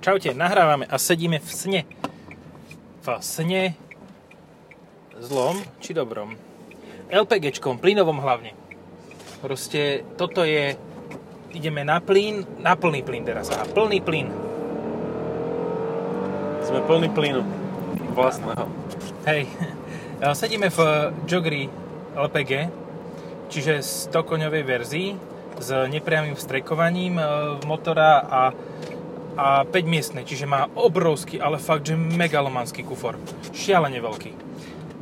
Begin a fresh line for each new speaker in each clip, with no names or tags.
Čaute, nahrávame a sedíme v sne. V sne zlom či dobrom. LPGčkom, plynovom hlavne. Proste toto je... Ideme na plyn, na plný plyn teraz. Aha, plný plyn.
Sme plní plynu. Vlastného.
Hej. Sedíme v Jogri LPG, čiže 100 koňovej verzii s nepriamým vstrekovaním e, motora a, a 5 miestne, čiže má obrovský, ale fakt, že megalomanský kufor. Šialene veľký.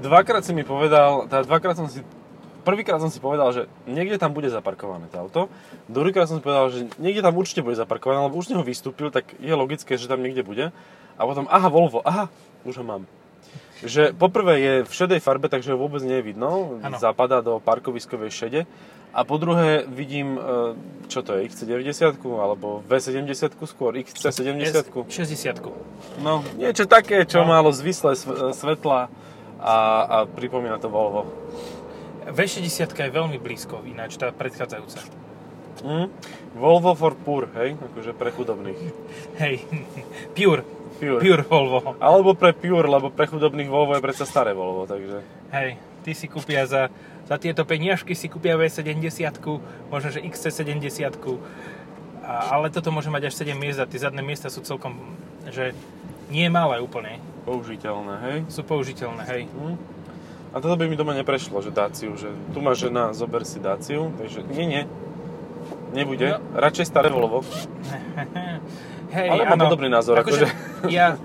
Dvakrát si mi povedal, teda dvakrát som si Prvýkrát som si povedal, že niekde tam bude zaparkované to auto. Druhýkrát som si povedal, že niekde tam určite bude zaparkované, lebo už z neho vystúpil, tak je logické, že tam niekde bude. A potom, aha, Volvo, aha, už ho mám. Že poprvé je v šedej farbe, takže ho vôbec nie je vidno.
Áno.
Zapadá do parkoviskovej šede. A po druhé vidím, e, čo to je, XC90 alebo V70 skôr, XC70.
S- 60.
No, niečo také,
No.
čo malo zvislé sv- e, svetla a, a pripomína to Volvo.
V60 je veľmi blízko, ináč tá predchádzajúca.
Hm? Volvo for poor, hej? Akože pre chudobných.
Hej, Pure,
Pure.
Pure Volvo.
Alebo pre Pure, lebo pre chudobných Volvo je predsa staré Volvo, takže...
Hej, ty si kúpia za, za tieto peniažky, si kúpia V70, možno že XC70, a, ale toto môže mať až 7 miest a tie zadné miesta sú celkom, že nie malé úplne,
Použiteľné, hej?
sú použiteľné, hej.
Hm? A toto by mi doma neprešlo, že Daciu, že tu má žena, zober si Daciu, takže nie, nie.
No.
Nebude, radšej staré Volvo.
Hej,
Ale mám
áno.
podobný názor, akože...
ja,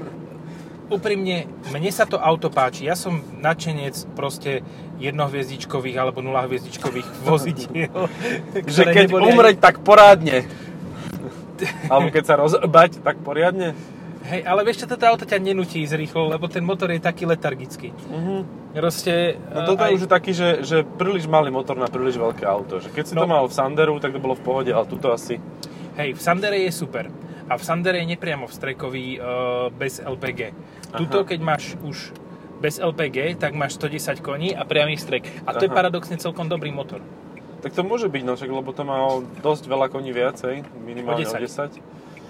úprimne, mne sa to auto páči. Ja som nadšenec proste jednohviezdičkových alebo nulahviezdičkových vozidiel.
Že
ktoré
keď
neboli ani-
umreť, tak porádne. Alebo keď sa rozbať, tak poriadne.
Hej, ale vieš čo, toto auto ťa nenutí ísť rýchlo, lebo ten motor je taký letargický.
Mhm.
Proste... e,
No toto
aj-
je už taký, že, že príliš malý motor na príliš veľké auto. Že keď si
No.
to mal v Sanderu, tak to bolo v pohode, ale tuto asi...
Hej, v Sandere je super. A v Sandere je nepriamo v strekový e, bez LPG. Tuto,
Aha.
keď máš už bez LPG, tak máš 110 koní a priamy strek. A to je
Aha.
paradoxne celkom dobrý motor.
Tak to môže byť, no však, lebo to má o dosť veľa koní viacej,
O
minimálne
10.
o 10.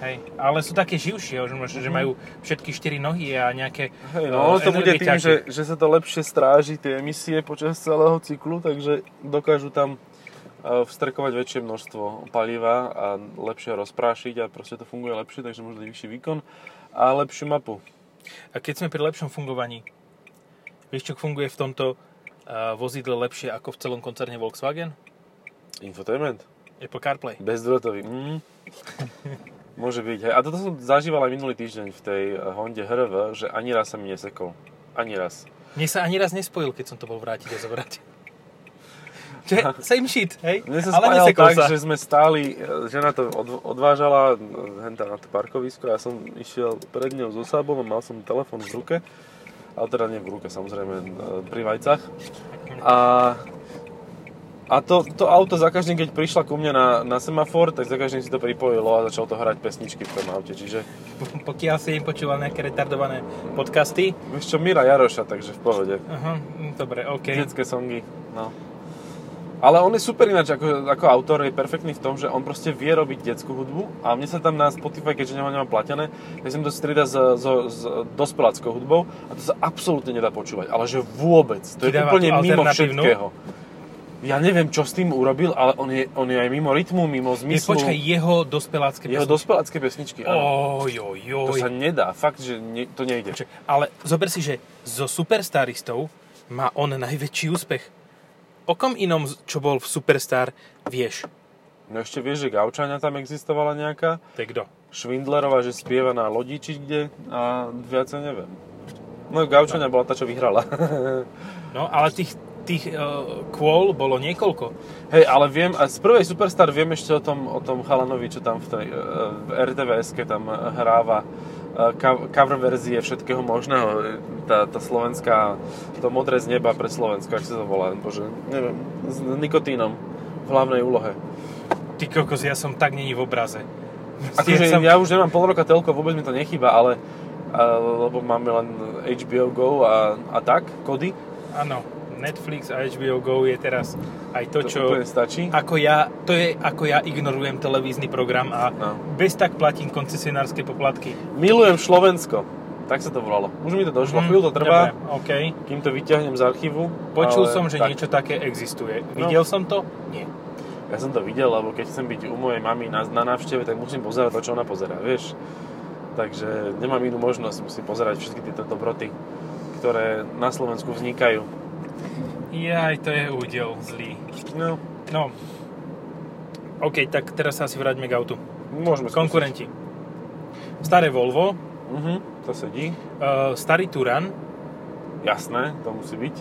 Hej, ale sú také živšie, že, môže, že majú všetky 4 nohy a nejaké
Mhm. Hej,
e,
no, ono to bude tým,
energetiaky.
že, že sa to lepšie stráži, tie emisie počas celého cyklu, takže dokážu tam e, vstrkovať väčšie množstvo paliva a lepšie ho rozprášiť a proste to funguje lepšie, takže môže dať vyšší výkon a lepšiu mapu.
A keď sme pri lepšom fungovaní, vieš čo funguje v tomto e, vozidle lepšie ako v celom koncerne Volkswagen?
Infotainment.
Apple CarPlay.
Bezdrôtový. Mm. Môže byť. Hej. A toto som zažíval aj minulý týždeň v tej eh, Honde HRV, že ani raz sa mi nesekol. Ani raz.
Mne sa ani raz nespojil, keď som to bol vrátiť a zobrať. Čo je same shit, hej?
Mne sa spájal
nesekol
tak, že sme stáli, eh, žena to od, odvážala eh, henta na to parkovisko, ja som išiel pred ňou so sebou a mal som telefon v ruke. Ale teda nie v ruke, samozrejme, eh, pri vajcach. A, a to, to auto za každým, keď prišla ku mne na, na semafor, tak za každým si to pripojilo a začalo to hrať pesničky v tom aute. Čiže
Pokiaľ si im počúval nejaké retardované podcasty.
vieš čo, Mira Jaroša, takže v pohode.
Aha, mm, dobre, OK.
Detské songy, no. Ale on je super ináč, ako, ako autor je perfektný v tom, že on proste vie robiť detskú hudbu a mne sa tam na Spotify, keďže nemám, nemám platené, ja som to strieda s, s, s dospeláckou hudbou a to sa absolútne nedá počúvať, ale že vôbec, to
Ti
je
dáva
úplne
tú
mimo
alternatívnu?
všetkého. Ja neviem, čo s tým urobil, ale on je, on je aj mimo rytmu, mimo
Je,
zmyslu.
počkaj, jeho dospelácké
jeho dospelácké pesničky, áno.
Oj, oj, oj.
To sa nedá, fakt, že ne, to nejde.
Čiže, ale zober si, že zo superstaristov má on najväčší úspech. O kom inom, čo bol v Superstar, vieš?
No ešte vieš, že Gaučania tam existovala nejaká,
To je kto?
Švindlerová, že spieva na lodi či kde a viacej neviem. No Gaučania bola tá, čo vyhrala.
No, ale tých, tých uh, kôl bolo niekoľko.
Hej, ale viem, a z prvej Superstar viem ešte o tom, o tom chalanovi, čo tam v tej e, v rtvs -ke tam e, hráva e, ka- cover verzie všetkého možného. E, Tá, tá slovenská, to modré z neba pre Slovensko, ak sa to volá, bože, neviem, s nikotínom v hlavnej úlohe.
Ty kokos, ja som tak není v obraze.
Akože
som-
ja už nemám pol roka telko, vôbec mi to nechýba, ale e, a, lebo máme len HBO Go a, a tak, kody,
Áno, Netflix a HBO GO je teraz aj to,
To
čo...
úplne stačí.
Ako ja, to je ako ja ignorujem televízny program a
No.
bez tak platím koncesionárske poplatky.
Milujem Slovensko. Tak sa to volalo. Už mi to došlo,
Hm,
chvíľu to trvá,
Dobre, OK.
kým to vyťahnem z archívu.
Počul
ale
som, že
tak.
niečo také existuje.
No.
Videl som to? Nie.
Ja som to videl, lebo keď chcem byť u mojej mamy na, na návšteve, tak musím pozerať to, čo ona pozerá, vieš. Takže nemám inú možnosť, musím pozerať všetky tieto dobroty, ktoré na Slovensku vznikajú.
Jaj, to je údel zlý.
No,
No. OK, tak teraz sa asi vráťme k autu.
môžeme
Konkurenti. Staré Volvo,
Uh-huh, to sedí.
e, starý Turan,
Jasné, to musí byť.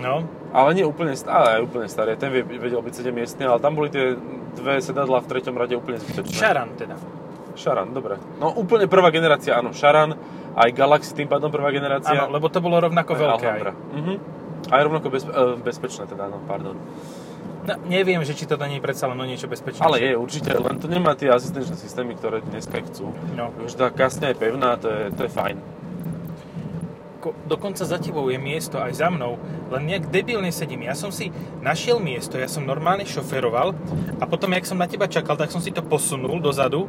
no,
Ale nie úplne, st- ale aj úplne staré. Ten vie- vedel byť 7 miestny, ale tam boli tie dve sedadla v treťom rade úplne zbytočné.
Šaran teda.
Šaran, dobre. No úplne prvá generácia, áno, Šaran. Aj Galaxy tým pádom prvá generácia.
Áno, lebo to bolo rovnako veľké aj.
Mhm. Aj rovnako bezpe- eh, bezpečné teda, no, pardon.
No, neviem, že či to nie je predsa len o niečo bezpečnejšie.
Ale je určite, len to nemá tie asistenčné systémy, ktoré dneska chcú.
No.
Už tá kasňa je pevná, to je, to je fajn.
Ko- dokonca za tebou je miesto aj za mnou, len nejak debilne sedím. Ja som si našiel miesto, ja som normálne šoferoval a potom, jak som na teba čakal, tak som si to posunul dozadu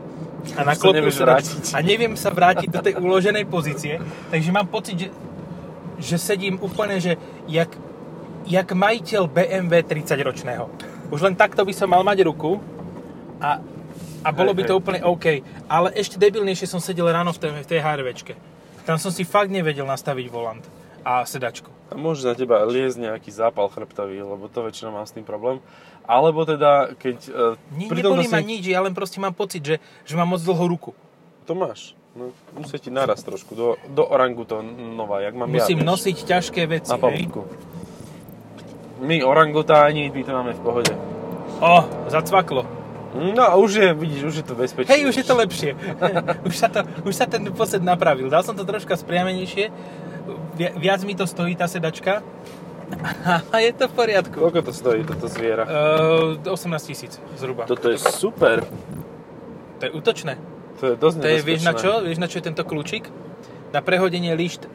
a naklopil
nevieš
sa
vrátiť.
a neviem sa vrátiť do tej uloženej pozície, takže mám pocit, že, že sedím úplne, že jak, jak majiteľ BMW 30 ročného. Už len takto by som mal mať ruku a, a bolo
Hej,
by to
hej.
úplne OK. Ale ešte debilnejšie som sedel ráno v tej, v tej HRVčke. Tam som si fakt nevedel nastaviť volant a sedačku.
A môže na teba liezť nejaký zápal chrbtavý, lebo to väčšinou mám s tým problém. Alebo teda, keď... eh,
Nie,
pri
nebolí
tomto
ma nič, ja len proste mám pocit, že, že mám moc dlhú ruku.
To máš. No, musia ti naraz trošku, do, do orangu to nová, jak mám
Musím
ja, vieš,
nosiť ťažké veci.
na
hej.
pavúku. My orangutáni, my to máme v pohode.
O, zacvaklo.
No a už je, vidíš, už je to bezpečné.
Hej, už je to lepšie. už, sa to, už sa ten posed napravil. Dal som to troška spriamenejšie. Vi- Viac mi to stojí tá sedačka. A je to v poriadku.
Koľko to stojí, toto zviera?
Uh, 18 tisíc zhruba. To,
Toto je super.
to je útočné.
To je dosť
To je, vieš na
nebezpečné.
čo? Vieš na čo je tento kľúčik? Na prehodenie líšt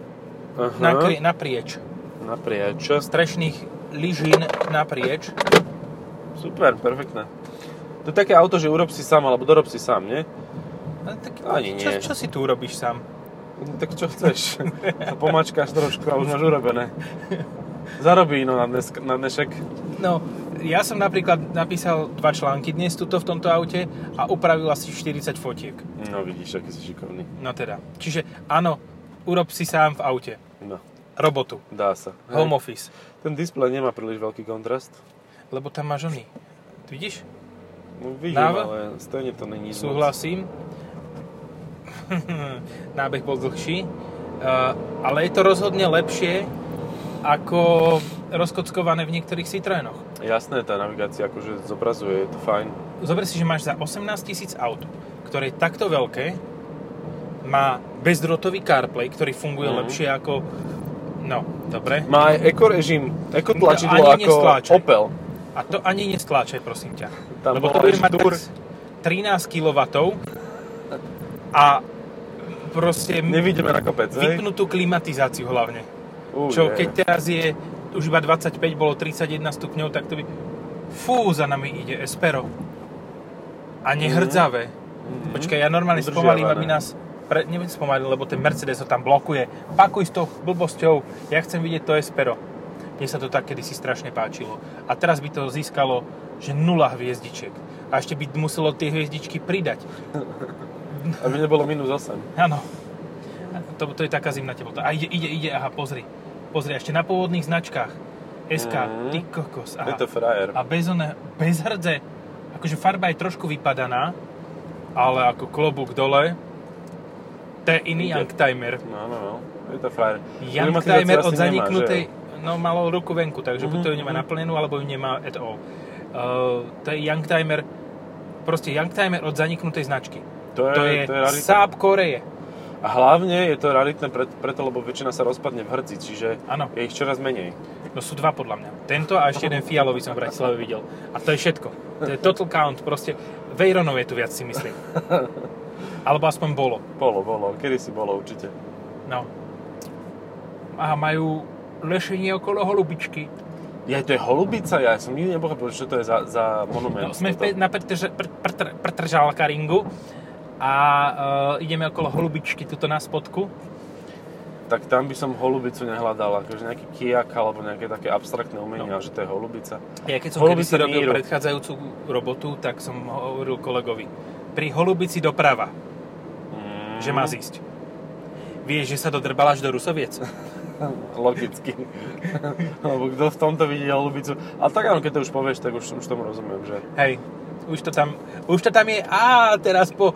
Aha,
nakri- naprieč.
naprieč.
Strešných lyžín naprieč.
Super, perfektné. To je také auto, že urob si sám, alebo dorob si sám, nie?
No, tak,
Ani
čo,
nie.
čo si tu urobíš sám?
No, tak čo chceš? Sa pomačkáš trošku a už máš urobené. Zarobí no na, dnes, na dnešek.
No, ja som napríklad napísal dva články dnes tuto v tomto aute a upravil asi 40 fotiek.
No vidíš, aký si šikovný.
No teda. Čiže áno, urob si sám v aute.
No,
Robotu.
dá sa.
Home office.
Ten displej nemá príliš veľký kontrast.
Lebo tam máš oný. Vidíš?
No vidím,
Dáva?
ale stejne to není moc.
Súhlasím. Nábeh bol dlhší. Uh, ale je to rozhodne lepšie ako rozkockované v niektorých Citroenoch.
Jasné, tá navigácia akože zobrazuje, je to fajn.
Zober si, že máš za 18 tisíc aut, ktoré je takto veľké, má bezdrotový CarPlay, ktorý funguje
Mhm.
lepšie ako... No, dobre.
Má aj eko režim, eko tlačidlo
To ani
ako
nestláčaj.
Opel.
A to ani nestláčaj, prosím ťa.
Tam
Lebo to
bol
bude
ešte
mať
dur.
tak 13 kW a proste
Nevidíme na kopec, hej?
vypnutú klimatizáciu hlavne.
Ú,
Čo
je.
keď teraz je už iba 25, bolo 31 stupňov, tak to by... Fú, za nami ide Espero. A nehrdzavé.
Mhm.
Počkaj, ja normálne spomalím,
Udržiavané.
aby nás... Pre, neviem spomalil, lebo ten Mercedes ho tam blokuje. Pakuj s tou blbosťou, ja chcem vidieť to Espero. Mne sa to tak kedysi strašne páčilo. A teraz by to získalo, že nula hviezdičiek. A ešte by muselo tie hviezdičky pridať.
Aby nebolo minus 8.
Áno. To, to je taká zimná teplota. A ide, ide, ide, aha, pozri. Pozri, ešte na pôvodných značkách. SK,
Mhm.
ty kokos,
Je
aha.
to frajer.
A bez, one, bez hrdze, akože farba je trošku vypadaná, ale ako klobúk dole, to je iný
Ide.
Youngtimer.
No, no, no. Je to frajer.
Youngtimer od
Klimatizáciu asi nemá,
zaniknutej,
že jo?
no malo ruku venku, takže
Mhm,
buď to ju nemá
mhm.
naplnenú, alebo ju nemá at all. Uh, to je Youngtimer, proste Youngtimer od zaniknutej značky.
To je,
To je,
to je rarita.
Saab Koreje.
A hlavne je to raritné pre, preto, lebo väčšina sa rozpadne v hrci, čiže
Áno.
je ich čoraz menej.
No sú dva podľa mňa. Tento a ešte jeden fialový som v Bratislave videl. A to je všetko. To je total count. Proste Veyronov je tu viac si myslím. Alebo aspoň bolo.
Bolo, bolo, kedy si bolo určite.
No. A majú lešenie okolo holubičky.
Ja, to je holubica, ja som nikdy nepochopil, čo to je za, za monument.
No, sme v,
toto.
pe- na pretrže- pr- pr- pretržálka ringu a e, ideme okolo holubičky tuto na spodku.
Tak tam by som holubicu nehľadal, akože nejaký kijak alebo nejaké také abstraktné
No.
umenia, že to je holubica.
Ja keď som
Holubici
kedysi robil
míru.
predchádzajúcu robotu, tak som hovoril kolegovi. Pri holubici doprava,
Mm,
že má zísť. Vieš, že sa dodrbal až do Rusoviec?
Logicky. Lebo kto v tomto vidí holubicu. A tak áno, keď to už povieš, tak už, už tomu rozumiem, že...
Hej, už to tam, už to tam je. Á, teraz po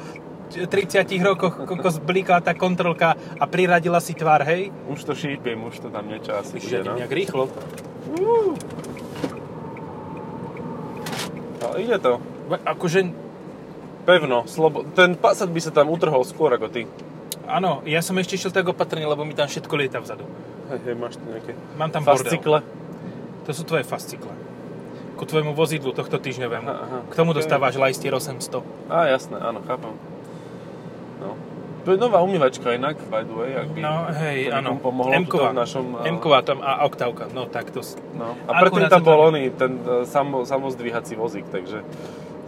30 rokoch kokos blíkla tá kontrolka a priradila si tvár, hej?
Už to šípim, už to tam niečo asi
Ježiš, ja
bude, no.
idem nejak rýchlo.
Ale ide to.
Ve- Akože,
Pevno, slobo... Ten Passat by sa tam utrhol skôr ako ty.
áno, ja som ešte šiel tak opatrne, lebo mi tam všetko lieta vzadu.
Hej, hej, máš tu nejaké
Mám tam bordel.
fascikle.
To sú tvoje fascikle. Ku tvojmu vozidlu tohto týždňovému.
Aha, aha.
K tomu
Ok.
dostávaš Lajstier 800.
Á, jasné, áno, chápem. No. To je nová umývačka inak, by the way, ak by
No, hej,
to
áno.
niekomu pomohlo tuto
M-ková.
v našom... eh,
M-ková tam a oktávka. No, tak to... s-
No. A
Akurát
predtým tam
sa
bol
tam-
oný, ten eh, samo, samozdvíhací vozík, takže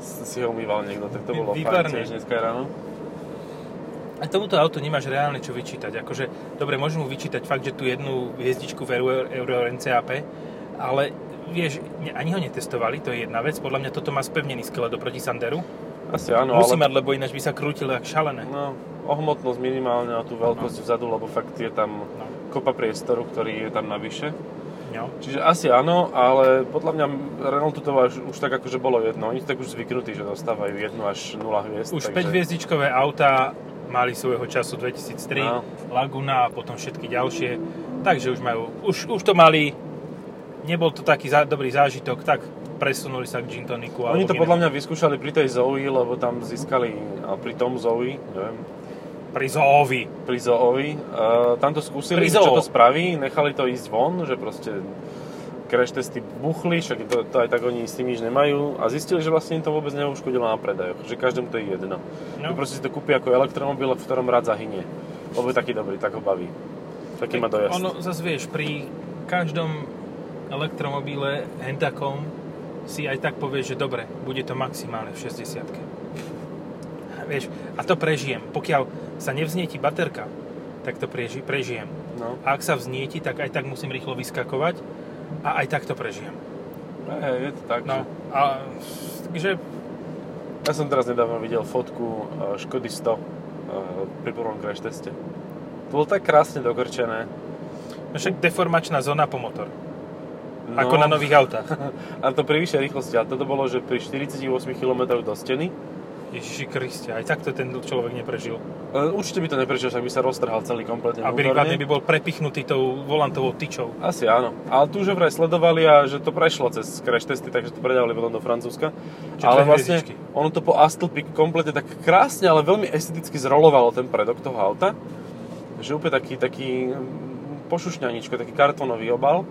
s- si ho umýval niekto, tak to bolo
Výborne.
fajn tiež dneska ráno.
A tomuto autu nemáš reálne čo vyčítať. Akože, dobre, môžem mu vyčítať fakt, že tu jednu hviezdičku v Euro, Euro NCAP, ale vieš, ne, ani ho netestovali, to je jedna vec. Podľa mňa toto má spevnený skelet oproti Sanderu.
Asi áno,
No, Musí
ale...
mať, lebo ináč by sa krútilo jak šalené.
No, o hmotnosť minimálne, o tú veľkosť vzadu, lebo fakt je tam
No.
kopa priestoru, ktorý je tam navyše.
No.
Čiže asi áno, ale podľa mňa Renaultu to už, už tak akože bolo jedno. Oni sú tak už zvyknutí, že dostávajú jednu až nula hviezd.
Už 5 hviezdičkové autá mali svojho času 2003, no.
No.
Laguna a potom všetky ďalšie. Takže už majú, už, už to mali, nebol to taký zá, dobrý zážitok, tak presunuli sa k gin toniku.
Oni to podľa mňa vyskúšali pri tej Zoe, lebo tam získali, a pri tom Zoe, neviem,
Pri Zoovi.
pri Zoe, uh, tam to skúsili,
Pri
že čo
Zoo.
to spraví, nechali to ísť von, že proste crash testy buchli, však to, to aj tak oni s tým nič nemajú a zistili, že vlastne im to vôbec neuškodilo na predajoch, že každému to je jedno. No.
No.
Proste si to kúpi ako elektromobil, v ktorom rád zahynie. Lebo je taký dobrý, tak ho baví. Taký má dojazd.
Ono, zase vieš, pri každom elektromobile hentakom si aj tak povieš, že dobre, bude to maximálne v 60 Vieš, a to prežijem. Pokiaľ sa nevznieti baterka, tak to preži, prežijem.
No.
A ak sa vznieti, tak aj tak musím rýchlo vyskakovať a aj tak to prežijem.
Hej, je to tak.
No,
že-
a takže
Ja som teraz nedávno videl fotku e, Škody 100 e, pri prvom crash teste. To bolo tak krásne dokrčené.
no však deformačná zóna po motor.
No,
No. Ako na nových autách.
A to pri vyššej rýchlosti. A toto bolo, že pri 48 km do steny.
Ježiši Kriste, aj takto ten človek neprežil.
E, Určite by to neprešiel, však by sa roztrhal celý kompletne.
A
vnútorne.
prípadne by bol prepichnutý tou volantovou tyčou.
Asi áno. Ale tu už vraj sledovali a že to prešlo cez crash testy, takže to predávali potom do Francúzska.
Čo to
ale
je
vlastne
hviezdičky?
ono to po Astlpik kompletne tak krásne, ale veľmi esteticky zrolovalo ten predok toho auta. Že úplne taký, taký mm, pošušňaničko, taký kartónový obal.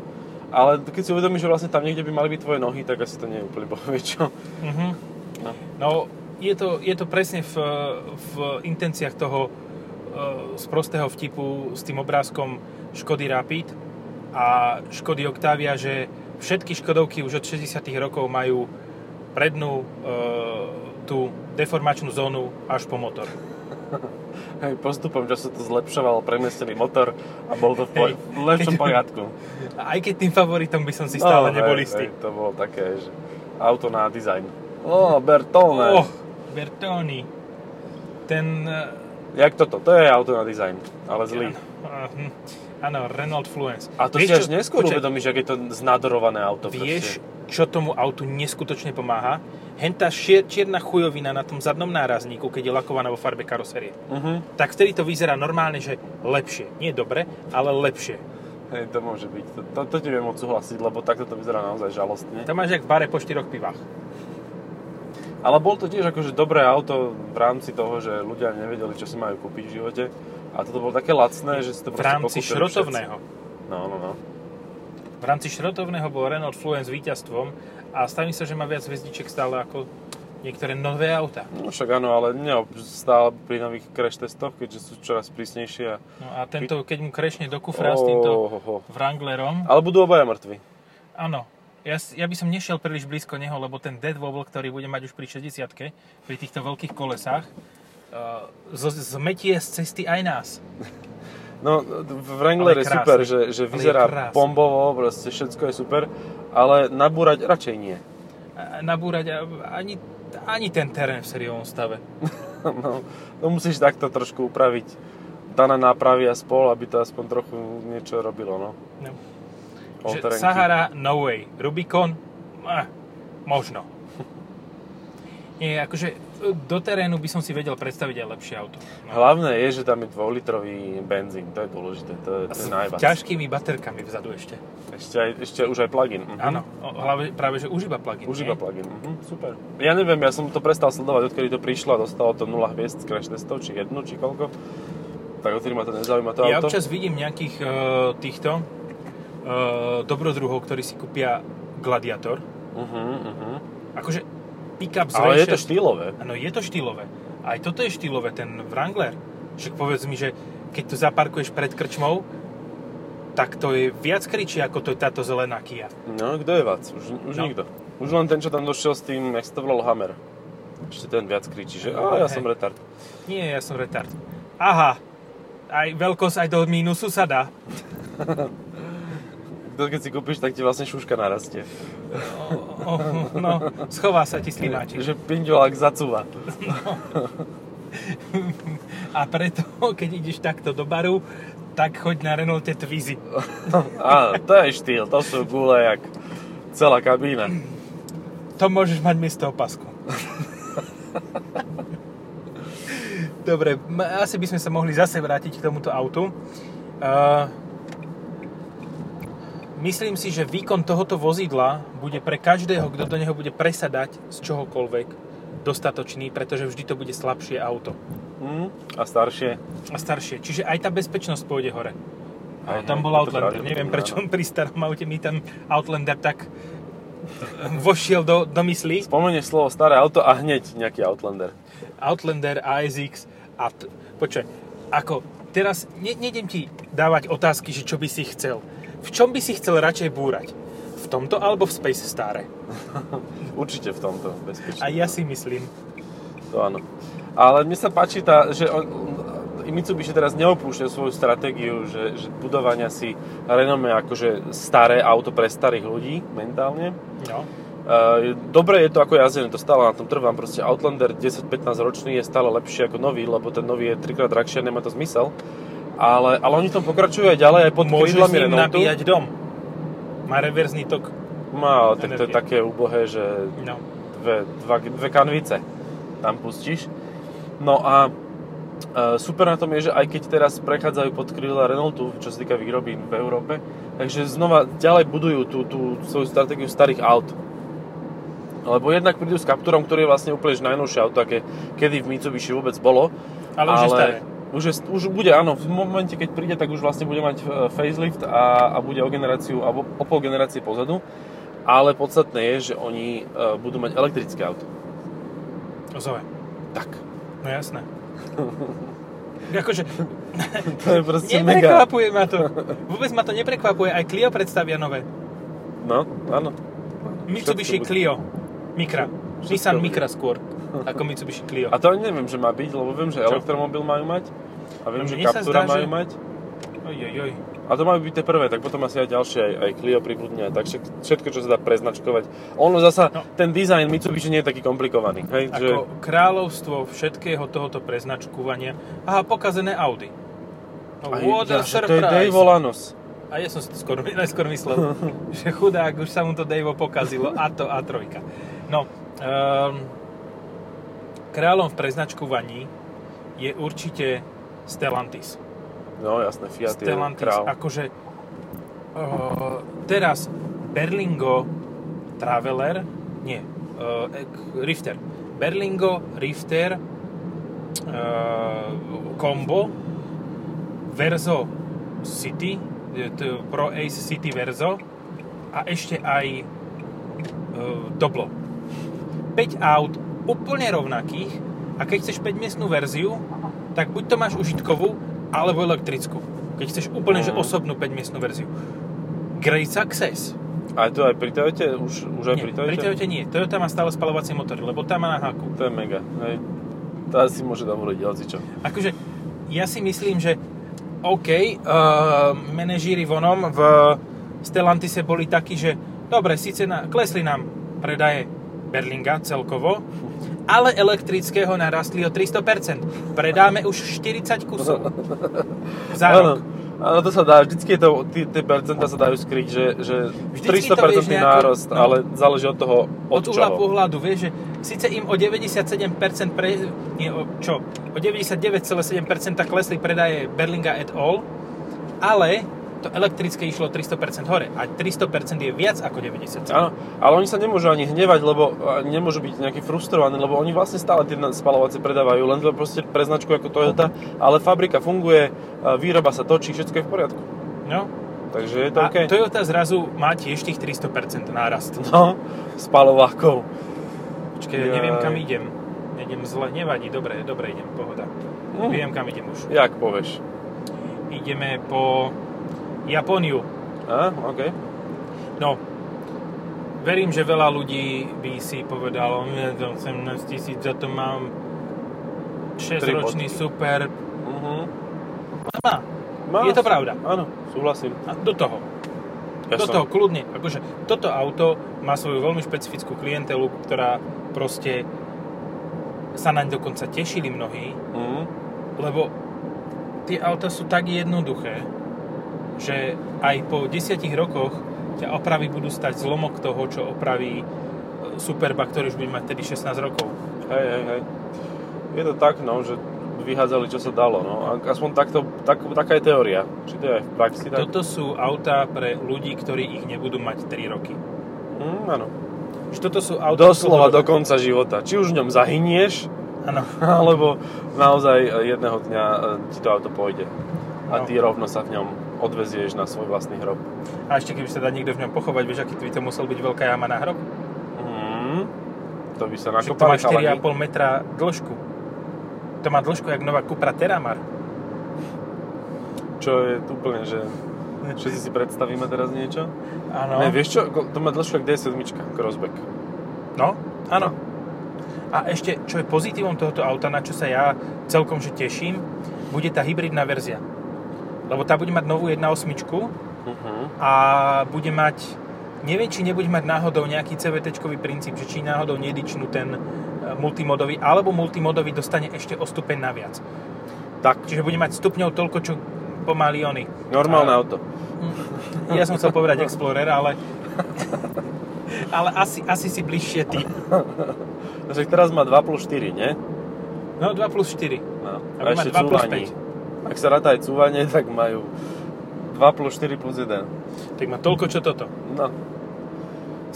Ale keď si uvedomíš, že vlastne tam niekde by mali byť tvoje nohy, tak asi to nie je úplne bohvie čo.
Mhm.
No.
No, je to, je to presne v, v intenciách toho e, z prostého vtipu s tým obrázkom Škody Rapid a Škody Octavia, že všetky Škodovky už od 60 rokov majú prednú e, tú deformačnú zónu až po motor.
Hej, postupom času to zlepšoval premestený motor a bol to v, po-
Hej.
v lepšom poriadku.
Aj keď tým favoritom by som si stále
No,
nebol
hej,
istý.
hej, To bolo také, že auto na dizajn. Ó, oh, Bertone.
Oh, Bertoni. Ten... e,
Jak toto? To je auto na dizajn, ale zlý.
mhm, Áno, Renault Fluence.
Hm. A to
Vieš
si až
čo?
neskôr
Počkaj,
uvedomíš, aké je to znadorované auto.
Vieš, čo tomu autu neskutočne pomáha? Hentá šier, čierna chujovina na tom zadnom nárazníku, keď je lakovaná vo farbe karosérie.
Uh-huh.
Tak vtedy to vyzerá normálne, že lepšie. Nie dobre, ale lepšie.
Hej, to môže byť. To, to, to ti viem odsúhlasiť, lebo takto to vyzerá naozaj žalostne.
To máš jak v bare po štyroch pivách.
Ale bol to tiež akože dobré auto v rámci toho, že ľudia nevedeli, čo si majú kúpiť v živote. A toto bolo také lacné, že si to
V
proste
rámci
pokúpili
šrotovného.
všetci. No, no, no.
V rámci šrotovného bol Renault Fluence s víťazstvom a stavím sa, že má viac hviezdičiek stále ako niektoré nové auta.
No však áno, ale neob- stále pri nových crash testoch, keďže sú čoraz prísnejšie. A...
No a tento, keď mu krešne do kufra s týmto
Ohoho.
Wranglerom,
Ale budú obaja mŕtvi.
áno, Ja, s- ja by som nešiel príliš blízko neho, lebo ten dead wobble, ktorý bude mať už pri 60 pri týchto veľkých kolesách, uh, z- zmetie z cesty aj nás.
No, Wrangler
Ale
je
krásny.
super, že, že
Ale je
vyzerá
krásny.
bombovo, proste všetko je super, ale nabúrať radšej nie.
A- a Nabúrať a- ani, ani ten terén v seriovom stave.
No, to musíš takto trošku upraviť dané nápravy a spol, aby to aspoň trochu niečo robilo, no.
No. Že
All-terrain
Sahara, no way. Rubikon, eh, možno. Nie, akože e, do terénu by som si vedel predstaviť aj lepšie auto. No.
kit. Hlavné je, že tam je 2-litrový benzín, to je dôležité, to je,
A
to
s
je najviac.
ťažkými baterkami vzadu ešte.
Ešte, aj, ešte už aj plugin. Mhm.
Áno, o- hlavne, práve že už iba plug-in.
Už
nie?
iba plugin, mhm, super. Ja neviem, ja som to prestal sledovať, odkedy to prišlo a dostalo to 0 hviezd z crash testov, či jednu, či koľko. Tak odtedy ma to nezaujíma, to
Ja
auto.
občas vidím nejakých e, týchto e, dobrodruhov, ktorí si kúpia Gladiator.
Mhm, mhm.
Akože pick-up z
Ale je to
V6.
štýlové.
Áno, je to štýlové. Aj toto je štýlové, ten Wrangler. Však povedz mi, že keď tu zaparkuješ pred krčmou, tak to je viac kričí, ako to je táto zelená Kia.
No, kto je vac? Už, už
No.
nikto. Už len ten, čo tam došiel s tým, jak sa to volal, Hammer. Ešte ten viac kričí, že a ja
Hej.
som retard.
Nie, ja som retard. Aha, aj veľkosť aj do mínusu sa dá.
To, keď si kúpiš, tak ti vlastne šuška narastie.
O, o, no, schová sa ti slimáčik.
Že pindolák zacúva.
A preto, keď ideš takto do baru, tak choď na Renaulte Twizy.
Áno, to je štýl, to sú gule jak celá kabína.
To môžeš mať miesto opasku. Dobre, m- asi by sme sa mohli zase vrátiť k tomuto autu. Uh, myslím si, že výkon tohoto vozidla bude pre každého, kto do neho bude presadať z čohokoľvek dostatočný, pretože vždy to bude slabšie auto
Hm? A staršie.
a staršie. Čiže aj tá bezpečnosť pôjde hore. A
Aj,
tam
hej,
bol
to
Outlander.
práve
Neviem,
spomínam,
prečo
áno.
on pri starom aute mi tam Outlander tak e, vošiel do, do myslí.
Spomenieš slovo staré auto a hneď nejaký Outlander.
Outlander, ASX a... T- Počkaj, ako teraz ne, nejdem ti dávať otázky, že čo by si chcel. V čom by si chcel radšej búrať? V tomto alebo v Space Stare?
Určite v tomto bezpečne.
A ja si myslím,
To áno. Ale mne sa páči tá, že on, Mitsubishi teraz neopúšťa svoju stratégiu, že, že budovania si renome akože staré auto pre starých ľudí mentálne.
no,
Uh, dobre je to ako jazdené, to stále na tom trvám. Proste Outlander 10-15 ročný je stále lepší ako nový, lebo ten nový je trikrát drahší a nemá to zmysel. Ale, ale oni v tom pokračujú aj ďalej, aj pod
môžeš s
krídlami
ním
Renaultu.
nabíjať dom. Má reverzný tok.
Má, No, ale tak to je
energie.
také úbohé, že
No.
dve, dva, dve kanvice tam pustíš. No a e, super na tom je, že aj keď teraz prechádzajú pod krídla Renaultu, čo sa týka výroby v Európe, takže znova ďalej budujú tú, tú svoju stratégiu starých aut. Lebo jednak prídu s Capturom, ktorý je vlastne úplne že najnovšie auto, aké kedy v Mitsubishi vôbec bolo.
Ale už je staré.
Už, je, už bude, áno, v momente, keď príde, tak už vlastne bude mať e, facelift a, a bude o generáciu, alebo o pol generácie pozadu. Ale podstatné je, že oni e, budú mať elektrické auto.
Ozove.
Tak.
No jasné. akože,
To je proste mega.
neprekvapuje ma to. Vôbec ma to neprekvapuje. Aj Clio predstavia nové.
No, áno.
Mitsubishi
bude.
Clio. Mikra.
Všetko
Nissan
bude.
Micra skôr. Ako Mitsubishi Clio.
A to ani neviem, že má byť, lebo viem, že
Čo?
elektromobil majú mať. A viem,
No,
že
mne sa
Captura
zdá,
majú
že-
mať.
Oj, oj, oj.
A to majú byť tie prvé, tak potom asi aj ďalšie, aj, aj Clio pribudne, aj tak všet- všetko, čo sa dá preznačkovať. Ono zasa,
No.
ten dizajn Mitsubishi nie je taký komplikovaný, hej, že
Ako kráľovstvo všetkého tohoto preznačkovania. Aha, pokazené Audi. No,
aj,
what a
ja, že to je Dave
surprise.
Volanos.
A ja som si to skôr, najskôr myslel, že chudák, už sa mu to Davo pokazilo. A to a trojka. No, um, kráľom v preznačkovaní je určite Stellantis.
No jasné, Fiat je
Stellantis,
král.
akože uh, teraz Berlingo Traveler, nie, uh, Rifter. Berlingo, Rifter, uh, Combo, Verzo City, je to Pro Ace City Verzo a ešte aj uh, Doblo. 5 aut úplne rovnakých a keď chceš 5 miestnú verziu, tak buď to máš užitkovú, alebo elektrickú. Keď chceš úplne že
Mhm.
osobnú 5 miestnú verziu. Great success.
Aj to aj pri Toyote? Už, už aj
nie,
pri Toyote?
pri Toyote nie. Toyota má stále spalovacie motory, lebo tá má na háku.
To je mega. Hej. Tá si môže dovoliť hocičo.
Akože, ja si myslím, že OK, uh, manažíri vonom v Stellantise boli takí, že dobre, síce na, klesli nám predaje Berlinga celkovo, ale elektrického narastli o 300%. Predáme už 40 kusov za rok.
Áno, áno, to sa dá. Vždycky je to, tie, tie percentá sa dajú skryť, že, že
Vždycky to
300%
vieš nejako-
nárost,
no.
ale záleží od toho,
od
od,
uhla
čoho.
pohľadu, vieš, že síce im o 97% pre, nie, o, čo, o 99,7% klesli predaje Berlinga et al., ale to elektrické išlo 300% hore a 300% je viac ako 97%.
Áno, ale oni sa nemôžu ani hnevať, lebo a nemôžu byť nejakí frustrovaní, lebo oni vlastne stále tie na- spalovacie predávajú, len to proste pre značku ako Toyota, ale fabrika funguje, a výroba sa točí, všetko je v poriadku.
No.
Takže je to
A
OK.
Toyota zrazu má tiež tých 300% nárast.
No, spalovákov.
Počkej, ja neviem
Jaj.
kam idem. Idem zle, nevadí, dobre, dobre idem, pohoda.
Mm.
Viem kam idem už.
Jak povieš?
Ideme po Japóniu.
Á, OK.
No, verím, že veľa ľudí by si povedalo, "Ja za 18 tisíc, za to mám 6-ročný super.
Mhm.
Má.
Má-
Je to pravda.
Áno, súhlasím.
A do toho. do toho, kľudne. Akože, toto auto má svoju veľmi špecifickú klientelu, ktorá proste sa naň dokonca tešili mnohí,
Mhm.
lebo tie auta sú tak jednoduché, že aj po 10 rokoch ťa opravy budú stať zlomok toho, čo opraví e, Superba, ktorý už bude mať tedy 16 rokov.
Hej, hej, hej. Je to tak, no, že vyhádzali, čo sa dalo, no. A- Aspoň takto, tak, taká je teória. Či to je aj v praxi, tak...
Toto sú autá pre ľudí, ktorí ich nebudú mať 3 roky.
Mm, áno.
Že toto sú autá...
Doslova do konca života. Či už v ňom zahynieš,
Áno.
alebo naozaj e, jedného dňa e, ti to auto pôjde. A
No.
ty rovno sa v ňom odvezieš na svoj vlastný hrob.
A ešte keby sa dá niekto v ňom pochovať, vieš, aký by to musel byť veľká jama na hrob?
Mm, to by sa
Však to má
nakopali
4,5
chalani.
metra dĺžku. To má dĺžku jak nová Cupra Terramar.
Čo je úplne, že... Všetci si predstavíme teraz niečo?
Áno.
Ne, vieš čo? Ko- To má dĺžku jak D7, crossback.
No, áno. A ešte, čo je pozitívom tohoto auta, na čo sa ja celkom že teším, bude tá hybridná verzia. Lebo tá bude mať novú 1.8
Mhm.
a bude mať, neviem, či nebude mať náhodou nejaký CVT-čkový princíp, že či náhodou nedičnú ten e, multimodový, alebo multimodový dostane ešte o stupeň naviac.
Tak,
Čiže bude mať stupňov toľko, čo pomaly oni.
normálne
A-
auto.
Ja som chcel povedať Explorer, ale, ale asi, asi si bližšie ty.
Takže teraz má 2 plus 4, nie?
No 2 plus 4.
No.
A bude mať 2 plus
cúvanie. Ak sa ráta aj cúvanie, tak majú 2 plus 4 plus 1.
Tak má toľko, čo toto.
No.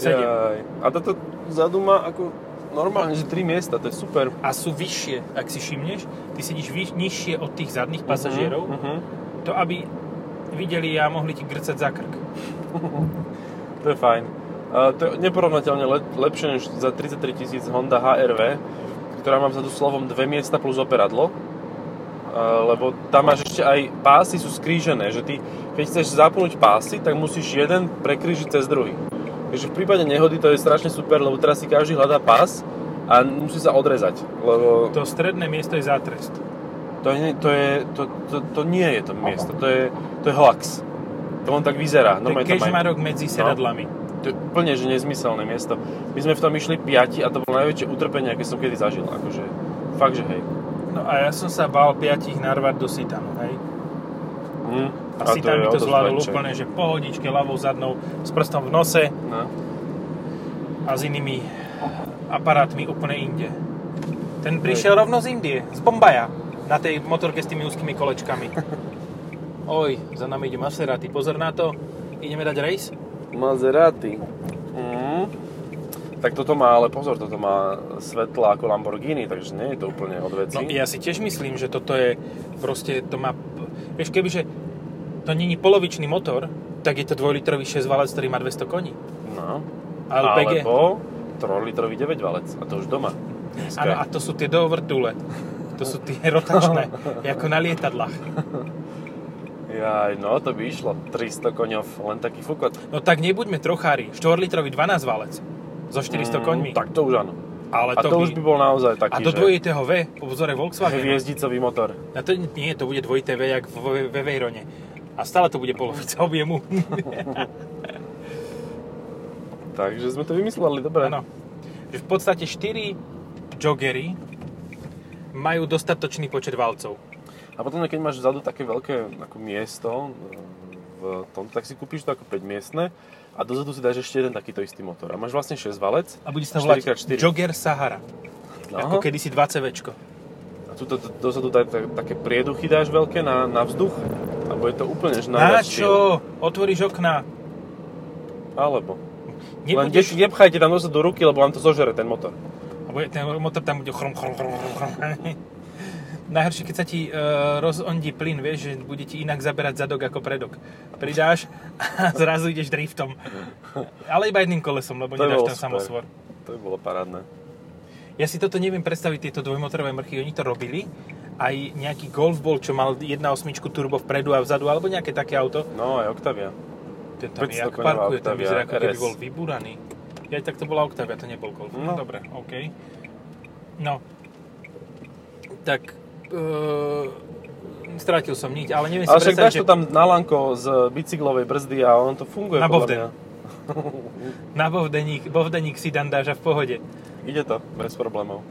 Sedem.
Jaj. A toto zadu má ako normálne, že 3 miesta, to je super.
A sú vyššie, ak si všimneš. Ty sedíš vyš, nižšie od tých zadných pasažierov.
Mhm, mhm.
To, aby videli a mohli ti grcať za krk.
To je fajn. A to je neporovnateľne le- lepšie než za 33 tisíc Honda HRV, ktorá má vzadu slovom dve miesta plus operadlo. A, lebo tam máš ešte aj pásy sú skrížené, že ty, keď chceš zapnúť pásy, tak musíš jeden prekrížiť cez druhý. Takže v prípade nehody to je strašne super, lebo teraz si každý hľadá pás a musí sa odrezať, lebo
To stredné miesto je zátrest.
to, je, to, je, to, to, to nie je to miesto, to je, to je hoax. To len tak vyzerá.
To je
normálne to majú.
kežmarok medzi sedadlami.
To je úplne že nezmyselné miesto. My sme v tom išli piati a to bolo najväčšie utrpenie, aké som kedy zažil. Akože, fakt, že hej.
No a ja som sa bál piatich narvať do Sitanu, hej.
Hm.
A, Sitan
je
by
o
to
dosť
zvládol
väčšie.
úplne, že pohodičke, ľavou zadnou, s prstom v nose
No.
a s inými aparátmi úplne inde. Ten prišiel rovno z Indie, z Bombaja, na tej motorke s tými úzkými kolečkami. Oj, za nami ide Maserati, pozor na to. Ideme dať race?
Maserati. Mm. Tak toto má, ale pozor, toto má svetla ako Lamborghini, takže nie je to úplne od veci.
No ja si tiež myslím, že toto je proste, to má, vieš, kebyže to není polovičný motor, tak je to dvojlitrový 6 valec, ktorý má 200 koní.
no.
LPG.
Alebo 3-litrový 9-valec, a to už doma.
Áno, a to sú tie doovrtule. To sú tie rotačné, ako na lietadlách.
Jaj, no to by išlo. 300 koňov, len taký fukot.
No tak nebuďme trochári. 4 litrový 12 valec so 400 koňmi.
Hm, tak to už áno.
Ale
A to, už by bol naozaj
A
taký,
do
že
dvojitého V, po vzore Volkswagen.
hviezdicový motor.
A to nie, to bude dvojité V, jak v- ve Veyrone. A stále to bude polovica objemu.
Takže sme to vymysleli, dobre.
Áno. No. Že V podstate 4 joggery majú dostatočný počet valcov.
A potom, keď máš vzadu také veľké ako miesto e, v tom, tak si kúpiš to ako 5 miestne a dozadu si dáš ešte jeden takýto istý motor. A máš vlastne 6 valec.
A bude sa to
4x4.
volať Jogger Sahara. Ako
Aha.
kedysi 20
A tu to- to- dozadu daj tak- také prieduchy dáš veľké na, na vzduch. A bude to úplne že
Na
najviac štýl.
čo? Otvoríš okná.
Alebo. Len
Nebudeš...
deti, nepchajte tam dosť do ruky, lebo vám to zožere ten motor.
A bude, ten motor tam bude chrom, chrom, chrom, chrom, chrom. Najhoršie, keď sa ti e, rozondí plyn, vieš, že bude ti inak zaberať zadok ako predok. Pridáš a zrazu ideš driftom. Ale iba jedným kolesom, lebo
To je
nedáš
bolo
tam
super.
samosvor.
To by bolo parádne.
Ja si toto neviem predstaviť, tieto dvojmotorové mrchy, oni to robili. Aj nejaký Golf bol, čo mal 1.8 turbo vpredu a vzadu, alebo nejaké také auto.
No aj Octavia.
Ten tam
500
jak
koňová
parkuje, ten
Octavia
vyzerá ako keby
RS.
bol vybúraný. Ja tak to bola Octavia, to nebol Golf. No.
No.
Dobre, OK. No. Tak, e, strátil som niť, ale neviem
Ale
si
však
predstaviť,
dáš
že
to tam na lanko z bicyklovej brzdy a on to funguje
Na
podľa
bovden.
mňa.
na bovdeník, bovdeník si dan dáš a v pohode.
Ide to, bez problémov.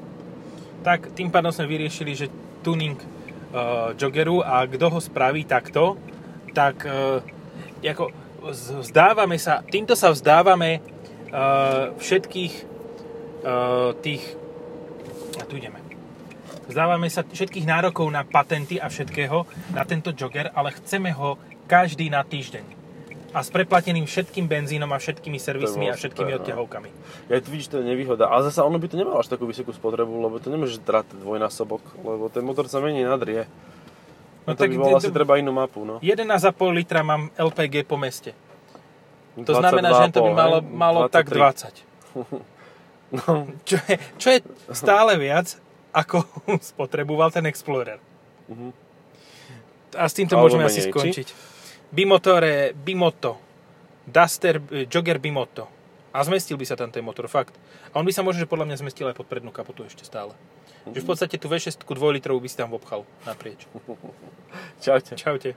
Tak, tým pádom sme vyriešili, že tuning e, joggeru a kto ho spraví takto, tak e, ako z- vzdávame sa, týmto sa vzdávame e, všetkých e, tých a tu ideme. Vzdávame sa všetkých nárokov na patenty a všetkého na tento jogger, ale chceme ho každý na týždeň. A s preplateným všetkým benzínom a všetkými servismi a
bolo
všetkými
super, no.
odťahovkami.
Ja tu vidíš, to je nevýhoda. Ale zase ono by to nemalo až takú vysokú spotrebu, lebo to nemôžeš drať dvojnásobok, lebo ten motor sa menej nadrie. No, to by bolo asi treba inú mapu, no.
11,5 litra mám LPG po meste. To
22,5,
znamená, že to by
hej?
malo, malo tak
23.
20. Čo je, čo je stále viac, ako spotreboval ten Explorer.
Mhm.
A s týmto
Alebo
môžeme asi
menej, či?
skončiť. Bimotore, Bimoto. Duster, eh, Jogger Bimoto. A zmestil by sa tam ten motor, fakt. A on by sa možno, že podľa mňa zmestil aj pod prednú kapotu ešte stále.
Mhm.
Že v podstate tú V6 2 litrovú by si tam obchal naprieč.
Čaute.
Čaute.